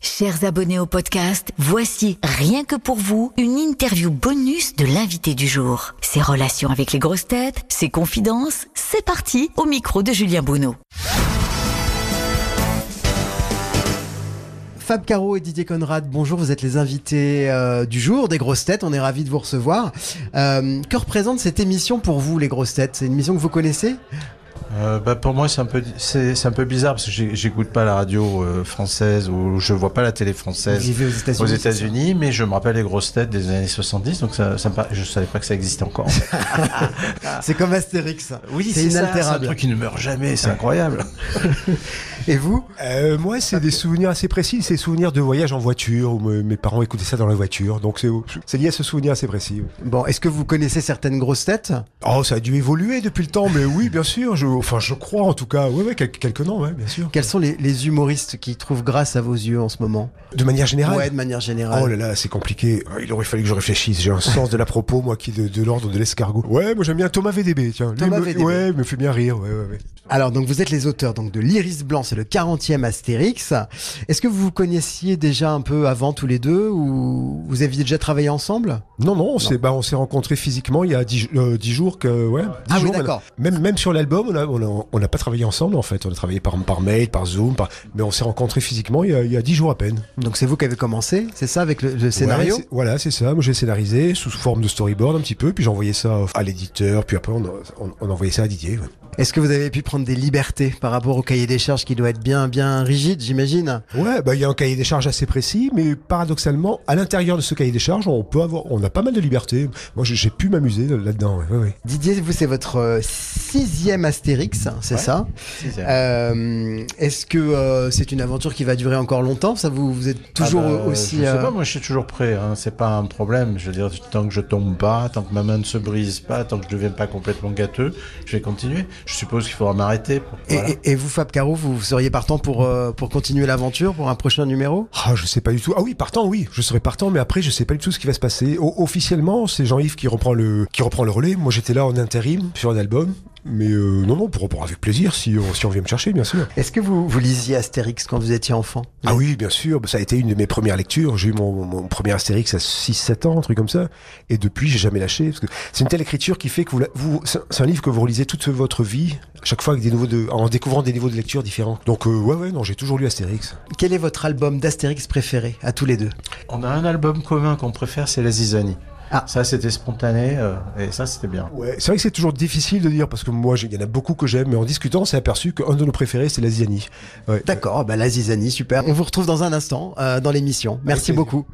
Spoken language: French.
Chers abonnés au podcast, voici, rien que pour vous, une interview bonus de l'invité du jour. Ses relations avec les grosses têtes, ses confidences, c'est parti au micro de Julien Bonneau. Fab Caro et Didier Conrad, bonjour, vous êtes les invités euh, du jour des grosses têtes, on est ravis de vous recevoir. Euh, que représente cette émission pour vous, les grosses têtes C'est une émission que vous connaissez Euh, bah, pour moi, c'est un peu, c'est, c'est un peu bizarre parce que j'ai- j'écoute pas la radio euh, française ou je vois pas la télé française Vous vivez aux États-Unis, c'est ça États-Unis, mais je me rappelle les grosses têtes des années 70, donc ça, ça me par- je savais pas que ça existait encore. C'est comme Astérix. c'est ça, c'est un inaltérable. truc qui ne meurt jamais, c'est incroyable. Et vous Euh, moi, c'est des souvenirs assez précis. C'est souvenirs de voyage en voiture où me- mes parents écoutaient ça dans la voiture. Donc c'est c'est lié à ce souvenir assez précis. Bon, est-ce que vous connaissez certaines grosses têtes Oh, ça a dû évoluer depuis le temps, mais oui, bien sûr. Je, enfin, je crois en tout cas. Oui, oui, quel- quelques noms, ouais, bien sûr. Quels sont les, les humoristes qui trouvent grâce à vos yeux en ce moment De manière générale. Ouais, de manière Oh générale. là là, c'est compliqué. Euh, Il aurait fallu que je réfléchisse. J'ai un sens de la propos, moi, qui est de, de l'ordre de l'escargot. Ouais, moi j'aime bien Thomas VDB, tiens. Lui, Thomas me- VDB. Ouais, il me fait bien rire. Ouais, ouais, ouais. Alors, donc vous êtes les auteurs donc de L'Iris Blanc, c'est le 40e Astérix. Est-ce que vous vous connaissiez déjà un peu avant tous les deux ou vous aviez déjà travaillé ensemble Non, non, on s'est bah, on s'est rencontrés physiquement il y a 10 euh, dix jours. Que, ouais, dix Ah oui, jours, on a- d'accord. Même, même sur l'album, on n'a on a- on n'a pas travaillé ensemble en fait. On a travaillé par, par mail, par Zoom, par- mais on s'est rencontrés physiquement il y a- il y a 10 jours à peine. Donc c'est vous qui avez commencé, c'est ça, avec le, le scénario Ouais, c'est- Voilà, c'est ça. Moi, j'ai scénarisé sous forme de storyboard un petit peu, puis j'ai envoyé ça à l'éditeur, puis après, on, on, on envoyait ça à Didier. ouais. Est-ce que vous avez pu prendre des libertés par rapport au cahier des charges qui doit être bien, bien rigide, j'imagine Ouais, bah, il y a un cahier des charges assez précis, mais paradoxalement, à l'intérieur de ce cahier des charges, on peut avoir, on a pas mal de liberté. Moi, j'ai- j'ai pu m'amuser là-dedans. ouais, ouais, ouais. Didier, vous, c'est votre euh, sixième Astérix, c'est Ouais. ça Euh, Est-ce que euh, c'est une aventure qui va durer encore longtemps Ça, vous, vous êtes toujours Ah bah, aussi. Je sais euh, pas, moi je suis toujours prêt, hein, c'est pas un problème. Je veux dire, tant que je tombe pas, tant que ma main ne se brise pas, tant que je devienne pas complètement gâteux, je vais continuer. Je suppose qu'il faudra m'arrêter. pour- Et, voilà. et- et vous, Fab Caro, vous, vous seriez partant pour, euh, pour continuer l'aventure, pour un prochain numéro Ah, je sais pas du tout. Ah oui, partant, oui, je serai partant, mais après, je sais pas du tout ce qui va se passer. O- officiellement, c'est Jean-Yves qui reprend le qui reprend le relais. Moi, j'étais là en intérim sur un album, mais euh, non, non, pour, pour avec plaisir si on, si on vient me chercher, bien sûr. Est-ce que vous, vous lisiez Astérix quand vous étiez enfant Ah oui, bien sûr, ça a été une de mes premières lectures. J'ai eu mon, mon- mon premier Astérix à 6-7 ans, un truc comme ça. Et depuis, j'ai jamais lâché. Parce que c'est une telle écriture qui fait que vous, la- vous c'est c'est un livre que vous relisez toute votre vie, à chaque fois avec des nouveaux de, en découvrant des niveaux de lecture différents. Donc, euh, ouais, ouais, non, j'ai toujours lu Astérix. Quel est votre album d'Astérix préféré, à tous les deux On a un album commun qu'on préfère, c'est la zizanie. Ah. Ça, c'était spontané euh, et ça, c'était bien. Ouais, c'est vrai que c'est toujours difficile de dire parce que moi, j'ai- il y en a beaucoup que j'aime, mais en discutant, on s'est aperçu qu'un de nos préférés, c'est la Ziani. Ouais. D'accord, bah la Zizanie, super. On vous retrouve dans un instant euh, dans l'émission. Merci plaisir. beaucoup.